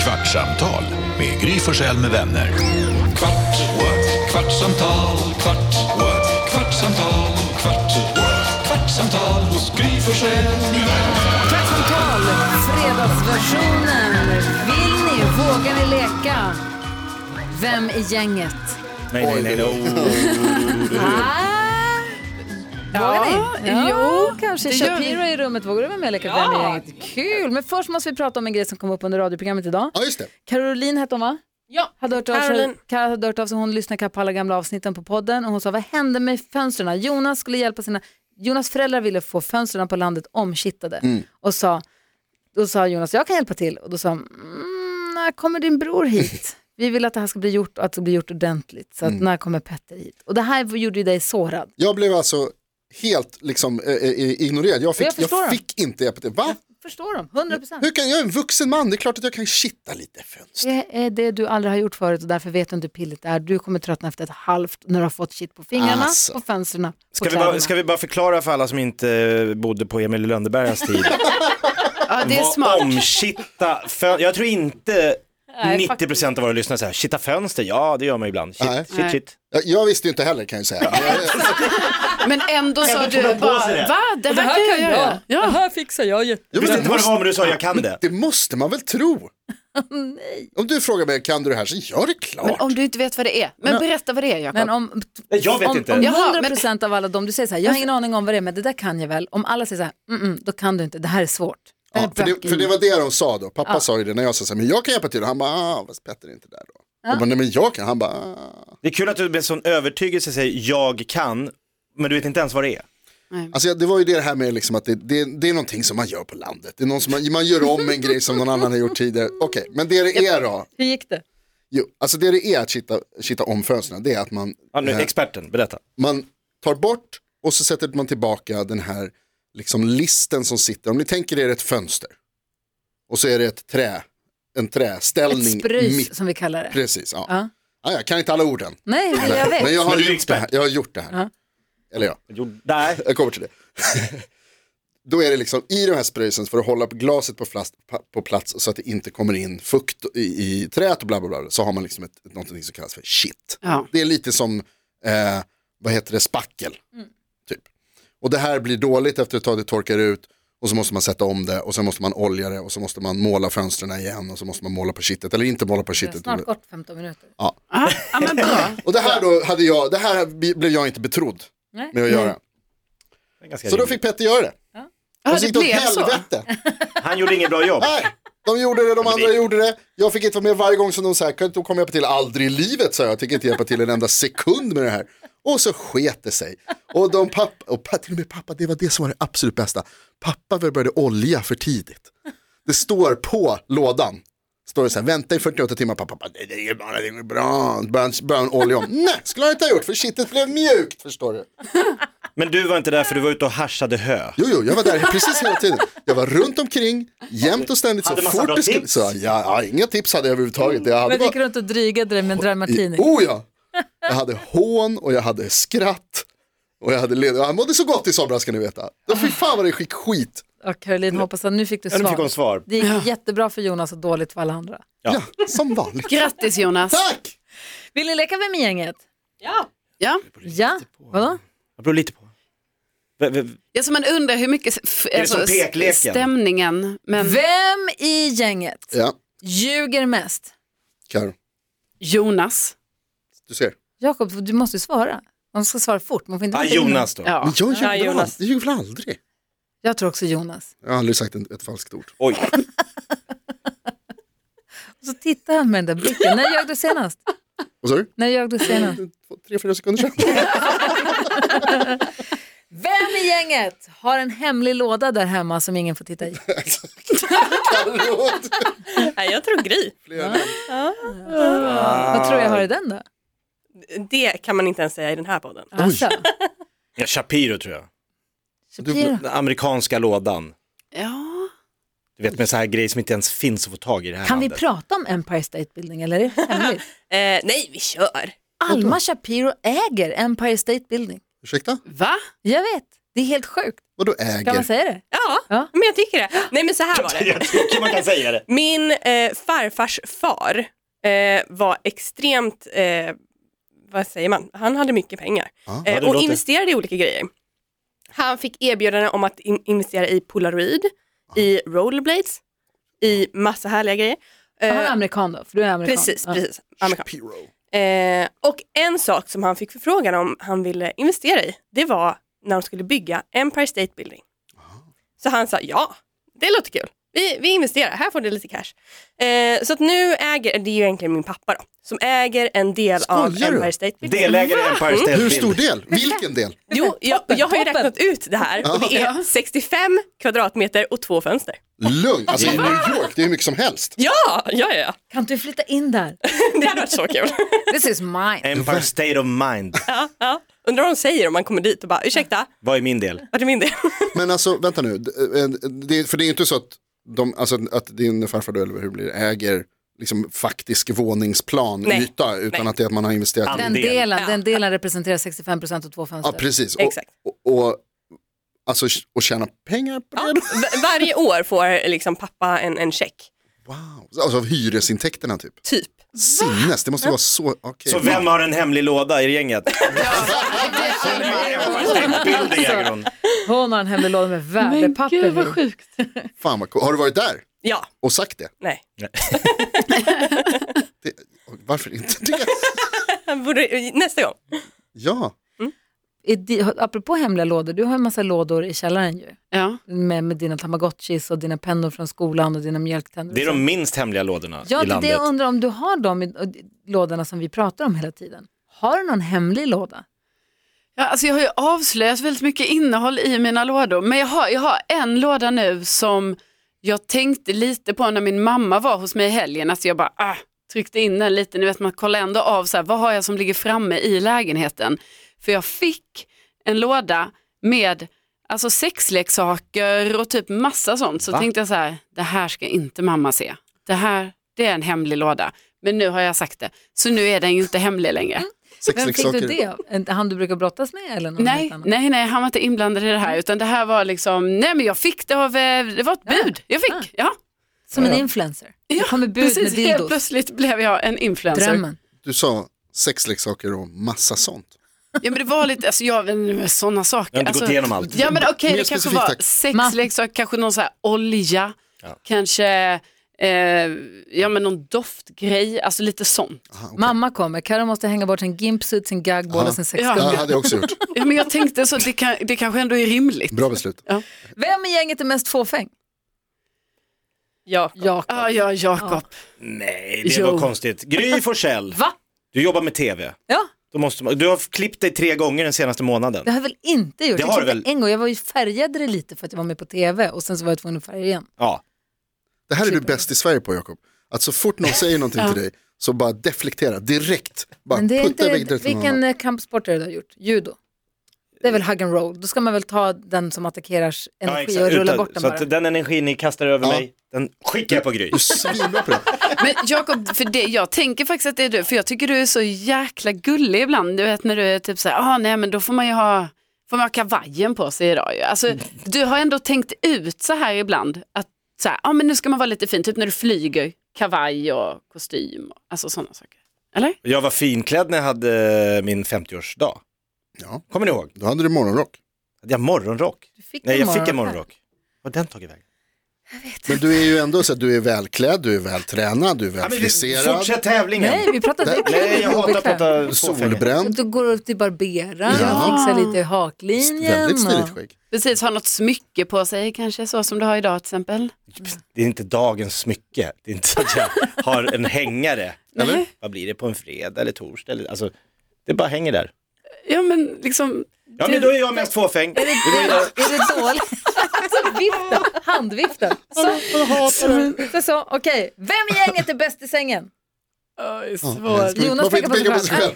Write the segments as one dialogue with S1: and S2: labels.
S1: Kvartsamtal med Gry Forssell med vänner. Kvart, what? kvartsamtal, kvart, what? kvartsamtal, kvart, what? kvartsamtal hos Gry Forssell med vänner.
S2: Kvartsamtal, fredagsversionen. Vill ni, vågar ni leka? Vem i gänget?
S3: Nej, nej, nej.
S2: Ah, vågar ni?
S4: Ja,
S2: jo, kanske.
S4: det gör
S2: Shapiro är i rummet. Vågar du vara med och leka Vem i gänget? Kul! Men först måste vi prata om en grej som kom upp under radioprogrammet idag.
S3: Ja, just det.
S2: Caroline hette hon va?
S4: Ja,
S2: Hade hört av sig,
S4: Caroline.
S2: Kar hade hört av sig, hon lyssnade på alla gamla avsnitten på podden och hon sa vad hände med fönstren? Jonas skulle hjälpa sina, Jonas föräldrar ville få fönstren på landet omkittade och sa, då sa Jonas jag kan hjälpa till och då sa hon, mm, när kommer din bror hit? Vi vill att det här ska bli gjort och att det blir gjort ordentligt så att när kommer Petter hit? Och det här gjorde ju dig sårad.
S3: Jag blev alltså helt liksom, eh, eh, ignorerad. Jag fick,
S2: Jag
S3: jag
S2: förstår det.
S3: fick inte epitet. Va?
S2: Förstår de, 100 procent.
S3: Hur kan, jag är en vuxen man, det är klart att jag kan kitta lite fönster.
S2: Det är det du aldrig har gjort förut och därför vet du inte hur pilligt det är. Du kommer tröttna efter ett halvt när du har fått shit på fingrarna,
S3: Alltså.
S2: på fönstren, på
S5: Ska vi,
S2: kläderna.
S5: bara, ska vi bara förklara för alla som inte eh, bodde på Emil i Lönnebergas tid?
S4: ja det är
S5: Vad
S4: smart.
S5: omkitta fön- Jag tror inte
S2: Nej,
S5: 90% av våra lyssnare säger kitta fönster, ja det gör man ibland. Shit,
S3: Nej.
S5: shit, shit.
S3: Jag, jag visste ju inte heller kan jag säga. Jag-
S4: Men ändå sa du
S5: de på
S4: bara,
S5: sig det?
S4: va? Det här kan jag göra.
S2: Det
S4: Ja.
S2: här fixar jag jätte...
S3: Jag visste
S5: Du visste inte vad det var
S3: inte
S5: men du sa jag kan det.
S3: det måste man väl tro? Om du frågar mig, kan du det här? Så gör det klart.
S4: Men om du inte vet vad det är, men berätta vad det är Jakob.
S2: Men om,
S5: Nej, jag vet
S2: om,
S5: inte.
S2: om
S4: Jaha,
S2: 100 procent av alla de du säger så här, jag har ingen aning om vad det är, men det där kan jag väl. Om alla säger så här, mm, mm, då kan du inte, det här är svårt. Det här
S3: Ja,
S2: är
S3: för, det,
S2: böcker.
S3: för det var det de sa då. Pappa sa ju det när jag sa så här, men jag kan hjälpa till. Och Han bara, ah, fast Petter är inte där då. Jag bara, nej men jag kan. Han bara, ah.
S5: Det är kul att du med sån övertygelse säger jag kan, men du vet inte ens vad det är.
S3: Alltså jag- det var ju det här med liksom att det, det, det är någonting som man gör på landet. Det är någon som man, man gör om en grej som någon annan har gjort tidigare. Okej, men det det är då,
S2: Hur gick det?
S3: Jo, alltså det det är att kitta, kitta om fönstren, det är att man,
S5: Ja, nu,
S3: eh,
S5: experten, berätta.
S3: man tar bort och så sätter man tillbaka den här liksom listen som sitter. Om ni tänker er ett fönster och så är det ett trä, en
S2: Ett
S3: träställning.
S2: spröjs
S3: mitt-
S2: som vi kallar det.
S3: Precis, ja.
S2: Ja.
S3: Ja, jag kan inte alla orden.
S2: Nej, men jag vet.
S3: Men jag har,
S5: Men du är
S3: gjort, det här,
S5: expert.
S3: jag har gjort det här. Eller ja,
S5: Jo, nej.
S3: jag kommer till det. Då är det liksom i de här spröjsen för att hålla glaset på, plast, på plats så att det inte kommer in fukt i, i träet och bla bla bla. Så har man liksom ett, någonting som kallas för shit.
S4: Ja.
S3: Det är lite som, eh, vad heter det, spackel.
S2: Mm.
S3: Typ. Och det här blir dåligt efter ett tag, det torkar ut. Och så måste man sätta om det och sen måste man olja det och så måste man måla fönstren igen och så måste man måla på kittet eller inte måla på
S2: Det är
S3: kittet.
S2: Snart kort 15 minuter.
S4: Aha, ja, men bra.
S3: Och det här då hade jag, det här bli- blev jag inte betrodd
S2: Nej.
S3: med att göra.
S5: Det är ganska
S3: Så då
S5: rimligt.
S3: fick Petter göra det.
S4: Ja,
S3: och så
S4: det
S3: gick det åt
S4: blev så.
S3: helvete.
S5: Han gjorde inget bra jobb.
S3: Nej, de gjorde det, de andra gjorde det. Jag fick inte vara med varje gång som de sa, kan inte komma hjälpa till? Aldrig i livet, sa jag. Jag tänker inte hjälpa till en enda sekund med det här. Och så sket det sig. Och, de pappa, och pa- till och med pappa, det var det som var det absolut bästa. Pappa började olja för tidigt. Det står på lådan. Står det så här, vänta i 48 timmar, pappa, pappa, det det är bara, det är bra. Börjar han- börjar han olja om. Nej, skulle han inte ha gjort, för kittet blev mjukt, förstår du.
S5: Men du var inte där för du var ute och haschade hö.
S3: Jo, jo, jag var där precis hela tiden. Jag var runt omkring, jämt och ständigt, så
S5: Hade massa
S3: fort
S5: bra
S3: det skulle...
S5: tips.
S3: Så, ja, ja, inga tips hade jag överhuvudtaget. Jag hade
S2: Men
S3: bara...
S2: gick runt och drygade dig med en dry martini.
S3: Oh ja! Jag hade hån och jag hade skratt. Och jag hade led... Han mådde så gott i somras ska ni veta. Då fy fan vad det gick skit.
S2: Och Caroline, hoppas att nu fick du
S5: Ja, nu fick hon
S2: svar.
S5: svar.
S2: Det gick jättebra för Jonas och dåligt för alla andra.
S3: Ja, som vanligt.
S4: Grattis Jonas.
S3: Tack!
S2: Vill ni leka Vem i gänget?
S4: Ja.
S2: Ja, vadå?
S5: Det beror lite på. V- v-
S4: Ja, så man undrar hur mycket f- alltså,
S5: det som pekleken?
S4: stämningen. Men
S2: Vem i gänget
S3: Ja,
S2: ljuger mest?
S3: Karo,
S4: Jonas.
S3: du ser.
S2: Jakob, du måste ju svara. Man ska svara fort. Man får inte
S5: Ah,
S2: vänta in.
S5: Jonas då.
S4: Ja.
S3: Men jag ljuger
S4: Ja,
S3: väl
S4: Jonas.
S3: aldrig. Jag ljuger väl aldrig.
S2: Jag tror också Jonas.
S3: Jag har aldrig sagt ett, ett falskt ord.
S5: Oj.
S2: Så tittar han med den där blicken. När ljög du senast?
S3: Vad sa du?
S2: När ljög du senast?
S3: Två, Tre, fyra sekunder sedan.
S2: Vem i gänget har en hemlig låda där hemma som ingen får titta i?
S3: Förlåt.
S6: Nej, jag tror Gry.
S3: Flera.
S2: Vad tror jag har i den då?
S5: Ah.
S6: Det kan man inte ens säga i den här podden.
S2: Alltså,
S5: Ja, Ah, Shapiro tror jag.
S2: Shapiro.
S5: Den amerikanska lådan.
S4: Ja.
S5: Du vet med så här grejer som inte ens finns att få tag i i det här
S2: Kan vi
S5: landet.
S2: prata om Empire State Building eller är det hemligt?
S6: Eh, nej, vi kör.
S2: Alma Shapiro äger Empire State Building.
S3: Ursäkta?
S4: Va?
S2: Jag vet. Det är helt sjukt.
S3: Vadå
S2: Kan man
S3: äger?
S2: säga det?
S6: Ja,
S2: Ja.
S6: men jag tycker det. Nej men så här var det.
S5: Jag tycker man kan säga det.
S6: Min eh, farfars far eh, var extremt, eh, vad säger man, han hade mycket pengar
S3: Ja.
S5: Ja,
S6: eh,
S5: det
S6: och
S5: låter-
S6: investerade i olika grejer. Han fick erbjudande om att in- investera i polaroid, i rollerblades, i massa härliga grejer.
S2: Han är
S6: Eh,
S2: amerikan då, för du är amerikan.
S6: precis,
S2: Ja.
S6: precis. Amerikan.
S3: Shapiro.
S6: Eh, och en sak som han fick förfrågan om han ville investera i, det var när de skulle bygga Empire State Building. Så han sa ja, det låter kul. Vi, vi investerar, här får du lite cash. Eh, så att nu äger, det är ju egentligen min pappa då, som äger en del av
S3: Skojar du?
S6: Empire State Building.
S5: Delägare i Empire State
S3: Hur stor
S5: Building.
S3: del? Vilken del?
S6: Jo, jag, jag har ju
S2: toppen.
S6: räknat ut det här och det är 65 kvadratmeter och två fönster.
S3: Lugn, alltså i New York, det är hur mycket som helst.
S6: Ja, ja, ja,
S2: Kan inte du flytta in där?
S6: det hade varit så kul.
S2: This is mine.
S5: Empire State of Mind.
S6: ja, ja. Undrar vad de säger om man kommer dit och bara ursäkta,
S5: Vad är min del?
S6: vart är min del?
S3: Men alltså vänta nu, d- eh, det, för det är ju inte så att, de, alltså, att din farfar då, eller hur blir det, äger liksom faktisk våningsplan,
S6: Nej.
S3: yta, utan
S6: Nej.
S3: att det är att man har investerat. i-
S5: Andel.
S2: Den delen,
S6: Ja.
S2: den delen representerar 65 procent och två
S3: Ja,
S2: fönster.
S3: precis. Och,
S6: Exakt.
S3: Och, och, alltså, och tjäna pengar på det? då?
S6: V- varje år får liksom pappa en, en check,
S3: Wow. Alltså av hyresintäkterna typ.
S6: typ.
S3: Sinnes, det måste vara så, okej.
S5: Så vem har en hemlig låda i gänget? Building
S2: alltså.
S5: äger hon.
S2: Hon har en hemlig låda med värdepapper
S4: gud
S2: i.
S4: vad sjukt.
S3: Fan vad cool. Har du varit där
S6: Ja,
S3: och sagt det?
S6: nej.
S3: det varför inte det?
S6: Han Borde, nästa gång.
S3: Ja,
S2: I di- Apropå hemliga lådor, du har en massa lådor i källaren ju.
S4: Ja.
S2: Med, med dina tamagotchis och dina pennor från skolan och dina mjölktänder.
S5: Det är
S2: och
S5: de
S2: sånt.
S5: minst hemliga lådorna
S2: ja,
S5: i
S2: det är det
S5: landet.
S2: jag undrar om du har de i, och- lådorna som vi pratar om hela tiden. Har du någon hemlig låda?
S4: Ja, alltså jag har ju avslöjat väldigt mycket innehåll i mina lådor, men jag har, jag har en låda nu som jag tänkte lite på när min mamma var hos mig i helgen, alltså jag bara ah, tryckte in den lite, ni vet man kollar ändå av så här, vad har jag som ligger framme i lägenheten? För jag fick en låda med alltså sexleksaker och typ massa sånt, så tänkte jag så här, det här ska inte mamma se, det här det är en hemlig låda, men nu har jag sagt det, så nu är den ju inte hemlig längre.
S2: Vem fick du
S3: sexleksaker.
S2: det av? En- Han du brukar brottas med eller någon
S4: Nej,
S2: helt annan?
S4: nej, nej, han var inte inblandad i det här, utan det här var liksom, nej men jag fick det av, eh, det var ett bud, jag fick, ja.
S2: Som en influencer. Du kommer bud
S4: Precis,
S2: med
S4: helt
S2: dildos.
S4: plötsligt blev jag en influencer.
S2: Drömmen.
S3: Du sa sexleksaker och massa sånt.
S4: Ja men det var lite, alltså jag vet inte, sådana saker.
S5: Jag har inte
S4: alltså,
S5: gått igenom allt.
S4: Ja men okej,
S3: Mer
S4: det kanske
S3: specifikt,
S4: var
S3: tack.
S4: sexleksaker, kanske någon så här olja, kanske eh, ja, men någon doftgrej, alltså lite sånt.
S2: Mamma kommer, Karo måste hänga bort sin gimpsuit, sin gagball
S3: Ja.
S2: och sin
S4: Ja.
S2: sexgummi.
S3: Ja, hade jag också gjort.
S4: Ja, men jag tänkte så, det, kan, det kanske ändå är rimligt.
S3: Bra beslut.
S2: Vem i gänget är mest fåfäng?
S6: Ja.
S2: Jakob.
S4: Ja, ja, Jakob.
S5: Nej, det
S4: Jo.
S5: var konstigt. Gry Forssell,
S2: Va?
S5: du jobbar med tv.
S2: Ja,
S5: Då måste man, du har klippt dig tre gånger den senaste månaden.
S2: det har jag väl inte gjort.
S5: Det
S2: jag
S5: har du
S2: klippte
S5: väl?
S2: En gång, jag var ju färgade det lite för att jag var med på tv och sen så var jag tvungen att färga igen.
S5: Ja.
S3: Det här är du bäst i Sverige på Jakob. Att så fort någon säger någonting till dig så bara deflektera direkt. Bara
S2: Men det är
S3: putta
S2: inte,
S3: iväg det till någon
S2: vilken
S3: annan.
S2: eh, kampsport är det du har gjort? Judo? Det är väl hug and roll? Då ska man väl ta den som attackeras
S5: Ja,
S2: energi
S5: exakt.
S2: och rulla
S5: Utan-
S2: bort den
S5: Så
S2: bara.
S5: att den energin ni kastar över
S3: Ja.
S5: mig, den skickar jag på Gry.
S3: Du är svinbra på det.
S4: Men Jakob, för det, jag tänker faktiskt att det är du, för jag tycker du är så jäkla gullig ibland. Du vet när du är typ så här, ah, nej men då får man ju ha, får man ha kavajen på sig idag ju. Alltså, du har ändå tänkt ut så här ibland, att så här, ah, men nu ska man vara lite fin, typ när du flyger, kavaj och kostym, och- alltså sådana saker. Eller?
S5: Jag var finklädd när jag hade eh, min 50-årsdag.
S3: Ja.
S5: Kommer ni ihåg?
S3: Då hade du morgonrock.
S5: Hade jag morgonrock?
S2: Du fick
S5: Nej,
S2: en
S5: jag fick en
S2: morgonrock.
S5: morgonrock. Vad har den tagit vägen?
S3: Men du är ju ändå så att du är välklädd, du är vältränad, du är
S5: Ja, men vi-
S3: välfriserad,
S5: Fortsätt tävlingen.
S2: Nej, vi pratar
S3: Nej,
S2: det.
S5: Nej, jag hatar att prata solbränna.
S3: solbränd,
S2: Du går upp till barberaren,
S3: Ja.
S2: fixar lite i haklinjen.
S3: väldigt stiligt
S2: och-
S3: skägg.
S4: Precis, ha något smycke på sig kanske, så som du har idag till exempel.
S5: Det är inte dagens smycke. Det är inte så att jag har en hängare.
S4: Eller?
S5: Vad blir det på en fredag eller torsdag? Eller, alltså, det bara hänger där.
S4: Ja men liksom,
S5: Ja, men då är jag mest fåfäng.
S2: Är det dåligt? Alltså viften, handviften. Så, så, så, så okej. Vem i gänget är bäst i sängen?
S4: Oj,
S3: Man
S4: svårt.
S3: får
S2: Jonas
S3: inte peka på sig själv.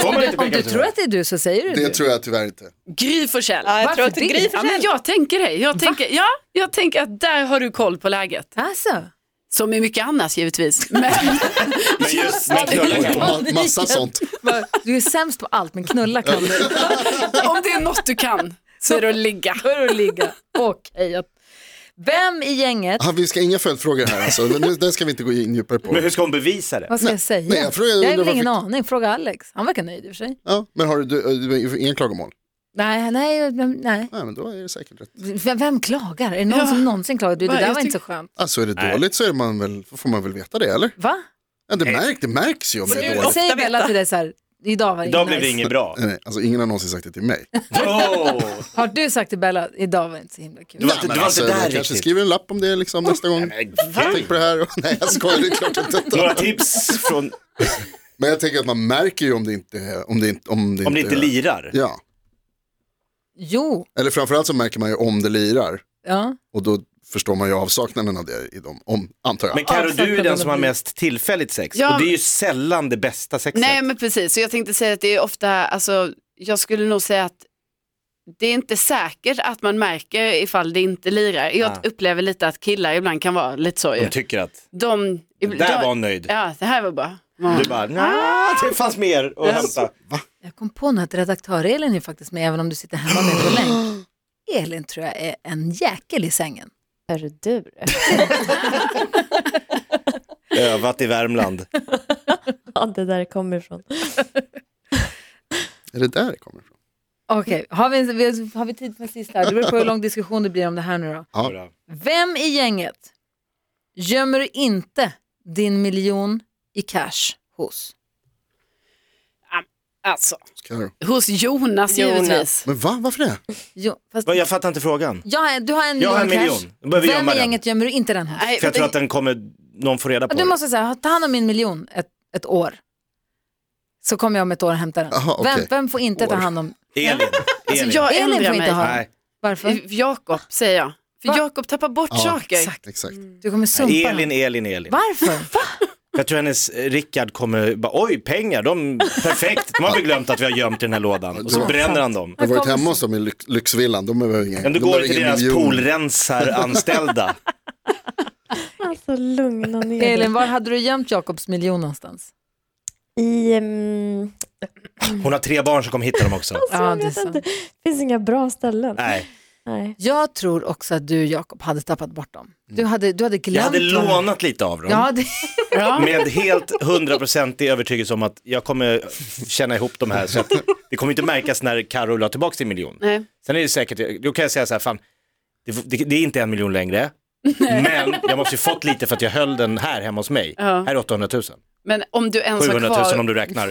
S5: Får man inte
S2: Om
S5: peka
S2: du
S5: på sig själv?
S2: tror att det är du så säger du
S3: Det tror jag tyvärr inte.
S4: Gry Forssell.
S6: Ja, jag tror att
S2: Varför det?
S6: Gry
S4: Ja, men
S6: Forssell.
S4: jag tänker det. Jag tänker, ja, jag tänker att där har du koll på läget.
S2: Alltså,
S4: Som i mycket annat givetvis. Men,
S5: Men just, men knulla
S3: Och
S5: kanske.
S3: på ma- massa sånt.
S2: vad- du är sämst på allt men knulla kan du.
S4: om det är något du kan Så är det att ligga.
S2: Då är det att ligga. Okej. Vem i gänget,
S3: Ah, vi ska inga följdfrågor här alltså, Men nu, den ska vi inte gå in djupare på.
S5: Men hur ska hon bevisa det?
S2: vad ska jag säga?
S3: nej, jag frågar- jag
S2: har
S3: undrar
S2: väl ingen
S3: varför-
S2: aning, fråga Alex. Han verkar nöjd i och för sig.
S3: Ja, men har du, du, du ingen klagomål?
S2: Nej, nej, men- nej.
S3: Nej, men då är det säkert rätt.
S2: Vem, vem klagar? Är det någon
S4: Ja.
S2: som någonsin klagar? Du, det
S4: Vad-
S2: där
S4: jag
S2: var inte så
S4: tycker-
S2: skönt.
S3: Alltså är det
S5: Nej.
S3: dåligt så är man väl, får man väl veta det eller?
S2: Va?
S3: Ja, det, märk, det märks ju om det är dåligt.
S2: Säg Bella till dig så här, idag var det
S5: Idag
S2: inte
S5: blev det
S2: nice.
S5: inget bra.
S3: Nej, nej, alltså ingen har någonsin sagt det till mig.
S5: Oh!
S2: Har du sagt till Bella, idag var det inte så himla kul?
S5: Du var inte,
S3: men
S5: du var inte
S3: alltså,
S5: där
S3: jag kanske
S5: riktigt.
S3: skriver en lapp om det liksom nästa gång. Tänk på det här. Nej, jag skojar, det är klart jag inte.
S5: Några tips från,
S3: Men jag tänker att man märker ju om det inte, om det inte, om det
S5: om det inte lirar?
S3: Ja,
S2: Jo,
S3: eller framförallt så märker man ju om det lirar.
S2: ja.
S3: Och då förstår man ju avsaknaden av det i dem, om, antar jag.
S5: Men Carro,
S2: Avsaknaden
S5: du är den som har
S2: av-
S5: mest tillfälligt sex.
S4: Ja.
S5: Och det är ju sällan det bästa sexet.
S4: Nej men precis, så jag tänkte säga att det är ofta, alltså, jag skulle nog säga att det är inte säkert att man märker ifall det inte lirar. Jag
S5: Ah.
S4: upplever lite att killar ibland kan vara lite så ju.
S5: De tycker att,
S4: De,
S5: där var hon nöjd.
S4: Ja, det här var bra.
S5: Du bara, nah, det fanns mer att hämta.
S2: Jag kom på nu att redaktör-Elin är faktiskt med även om du sitter hemma med på länk. Elin tror jag är en jäkel i sängen.
S7: Hörru du.
S5: Övat i Värmland.
S7: Ja, det där kommer ifrån.
S3: Är det där det kommer ifrån?
S2: Okej, har, vi, vi- har vi tid för en sista? här? Det beror på hur lång diskussion det blir om det här nu då.
S5: Bra.
S2: Vem i gänget gömmer du inte din miljon i cash hos?
S4: Alltså,
S3: Ska jag-
S4: hos Jonas,
S6: Jonas.
S4: givetvis.
S3: Men va, varför det?
S2: Jo, fast,
S5: Vad, Jag fattar inte frågan.
S2: jag, är- du har en
S5: Jag
S2: miljon
S5: har en
S2: i cash.
S5: miljon. Då behöver vi
S2: Vem
S5: gömma
S2: i
S5: den.
S2: gänget gömmer du inte den hos?
S4: Nej,
S5: För jag tror
S4: det-
S5: att den kommer, någon får reda på
S2: Du
S5: det.
S2: måste säga, ta hand om min miljon ett, ett år. Så kommer jag om ett år och hämtar den.
S3: Aha, okej.
S2: vem, vem får inte ta
S3: År.
S2: hand om?
S5: Elin. Elin.
S4: jag
S2: Elin
S4: ändrar
S2: får inte
S4: mig.
S2: ha den.
S5: Nej.
S2: Varför?
S4: Jakob säger jag.
S2: Va?
S4: För Jakob tappar bort
S3: Ja,
S4: saker.
S3: Exakt.
S2: Du kommer sumpa
S5: Elin,
S2: den.
S5: Elin, Elin.
S2: Varför?
S5: Jag tror hennes eh, Rickard kommer bara, oj pengar, de, perfekt, de har vi glömt att vi har gömt i den här lådan. Och så bränner han dem.
S3: Jag har varit hemma hos dem i lyx, lyxvillan, de behöver inga...
S5: Men du
S3: de
S5: går
S3: behöver
S5: till
S3: ingen
S5: deras
S3: miljon.
S5: poolrensaranställda.
S7: Alltså lugna ner dig.
S2: Elin, var hade du gömt Jakobs miljon någonstans?
S7: I, mm,
S5: Hon har tre barn som kommer hitta dem också.
S7: alltså,
S2: Ja,
S7: jag
S2: det är
S7: vet
S2: sant.
S7: inte. Det finns inga bra ställen.
S5: Nej,
S7: Nej.
S2: Jag tror också att du, Jakob, hade tappat bort dem. Du hade, du hade glömt
S5: jag hade
S2: vad-
S5: lånat lite av dem.
S2: Ja, det...
S5: Med helt hundraprocentig övertygelse om att jag kommer känna ihop de här. Så att det kommer inte märkas när Carro la tillbaka sin miljon.
S4: Nej.
S5: Sen är det säkert, då kan jag säga så här, fan, det, det, det är inte en miljon längre. Men jag måste ju fått lite för att jag höll den här hemma hos mig.
S4: Ja.
S5: Här är 800 000.
S4: Men om du ens
S5: 700
S4: har
S5: 000
S4: kvar...
S5: om du räknar.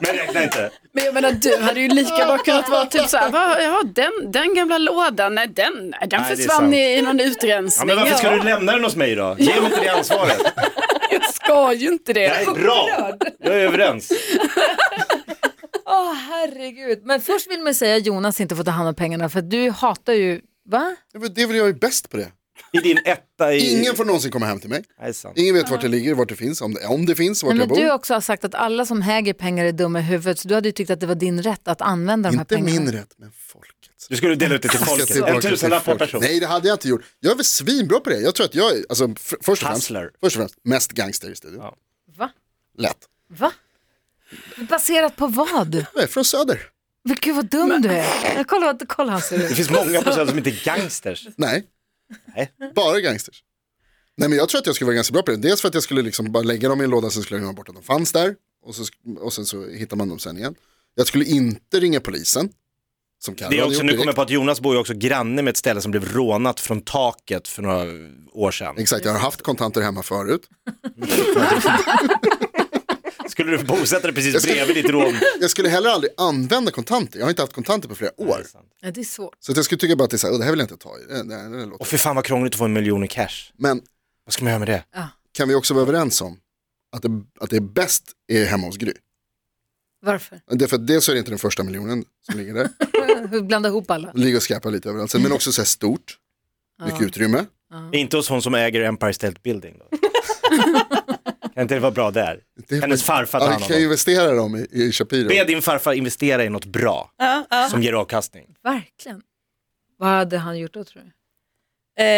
S5: Men räkna inte.
S4: Men jag menar du hade ju lika bra kunnat vara typ såhär, va, ja, den, den gamla lådan, nej den, nej, den
S5: Nej, det är
S4: försvann
S5: sant.
S4: i, i någon
S5: Ja,
S4: utrensning.
S5: men varför ska
S4: Ja,
S5: du lämna den hos mig då? Ge mig inte det ansvaret.
S4: Jag ska ju inte det.
S5: Nej, bra. Jag är överens.
S2: Åh, herregud. Men först vill man säga att Jonas inte får ta hand om pengarna för att du hatar ju... Va?
S3: Ja, men Det är väl jag är bäst på det.
S5: I din etta i...
S3: Ingen får någonsin komma hem till mig.
S5: Nej, sant.
S3: Ingen vet vart det ligger, vart det finns, om det, om det finns, vart
S2: Nej, men
S3: jag bor.
S2: du också har sagt att alla som äger pengar är dumma i huvudet så du hade ju tyckt att det var din rätt att använda de här
S3: Inte
S2: pengarna.
S3: min rätt, men folkets.
S5: Du skulle dela ut det till
S3: Jag ska
S5: folket.
S3: tillbaka
S5: En
S3: till
S5: tusenlapp per
S3: folk.
S5: person.
S3: Nej, det hade jag inte gjort. Jag är väl svinbra på det. Jag tror att jag är, alltså, f- först, och främst,
S5: Hustler.
S3: först och främst, mest gangster i studion.
S5: Ja.
S2: Va?
S3: Lätt.
S2: Va? Baserat på vad?
S3: Jag är från söder.
S2: Men gud vad dum du är. Men Kolla, vad- kolla han ser
S5: Det
S2: ut.
S5: finns många på Söder som inte är gangsters.
S3: Nej.
S5: Nej.
S3: Bara gangsters. Nej men jag tror att jag skulle vara ganska bra på det. Dels för att jag skulle liksom bara lägga dem i en låda så skulle jag glömma bort att de fanns där. Och, så, sk- och sen så hittar man dem sen igen. Jag skulle inte ringa polisen. Som Carro
S5: Det är
S3: hade
S5: också,
S3: gjort
S5: nu
S3: direkt.
S5: kommer jag på att Jonas bor ju också granne med ett ställe som blev rånat från taket för några år sedan.
S3: Exakt, jag har haft kontanter hemma förut.
S5: Skulle du bosätta dig
S3: Jag
S5: precis
S3: ska-
S5: bredvid ditt rån?
S3: Jag skulle heller aldrig använda kontanter. Jag har inte haft kontanter på flera år.
S2: Ja, det är svårt.
S3: Så att jag skulle tycka bara att det, är så här, "Åh, det här vill jag inte ta i. Det, det, det, det låter.
S5: Och för fan vad krångligt att få en miljon i cash.
S3: Men
S5: Vad ska man göra med det?
S3: kan vi också vara överens om att det, att det är bäst är hemma hos Gry?
S2: Varför?
S3: Därför att dels så är det inte den första miljonen som ligger där.
S2: Blanda ihop alla.
S3: Ligger och skräpar lite överallt. Sen, Men också så här stort, mycket utrymme.
S5: Inte hos hon som äger Empire State Building då? kan inte det vara bra där?
S3: Det är-
S5: Hennes farfar tar
S3: Ja,
S5: hand
S3: vi
S5: om
S3: kan
S5: dem.
S3: investera dem i, i Shapiro.
S5: Be din farfar investera i något bra
S6: Ja, ja.
S5: som ger avkastning.
S2: Verkligen. Vad hade han gjort då tror du?
S6: Eh,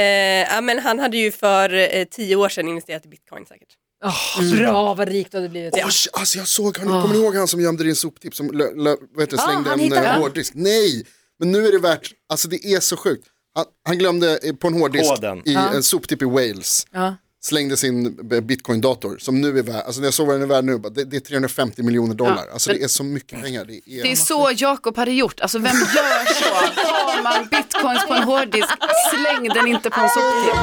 S6: ja, men han hade ju för eh, tio år sedan investerat i bitcoin säkert.
S2: Bra, vad rikt du hade blivit.
S3: Oj, alltså jag såg, han, kommer ni ihåg han som gömde din soptipp som lö, lö, vad heter, det,
S2: Ja,
S3: slängde
S2: han
S3: en
S2: hittade
S3: eh,
S2: den.
S3: hårddisk? Nej, men nu är det värt, alltså det är så sjukt. Han, han glömde eh, på en hårddisk
S5: Koden.
S3: i en soptipp i Wales,
S2: Ja.
S3: slängde sin b- bitcoin-dator som nu är värd, alltså när jag såg vad den är värd nu, bara, det, det är 350 miljoner dollar. Alltså det är så mycket pengar. Det är,
S4: Det är så Jakob hade gjort. Alltså vem gör så? Har man bitcoins på en hårddisk, släng den inte på en soptipp.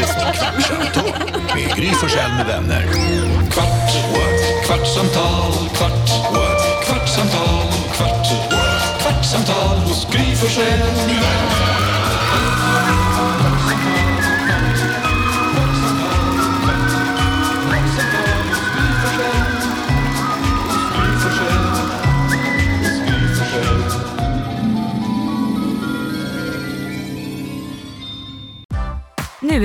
S1: Kvartsamtal med Gry Forssell med vänner. Kvart, what? kvartsamtal, kvart, what? kvartsamtal, kvart, what? kvartsamtal hos Gry Forssell med vänner.
S8: Nu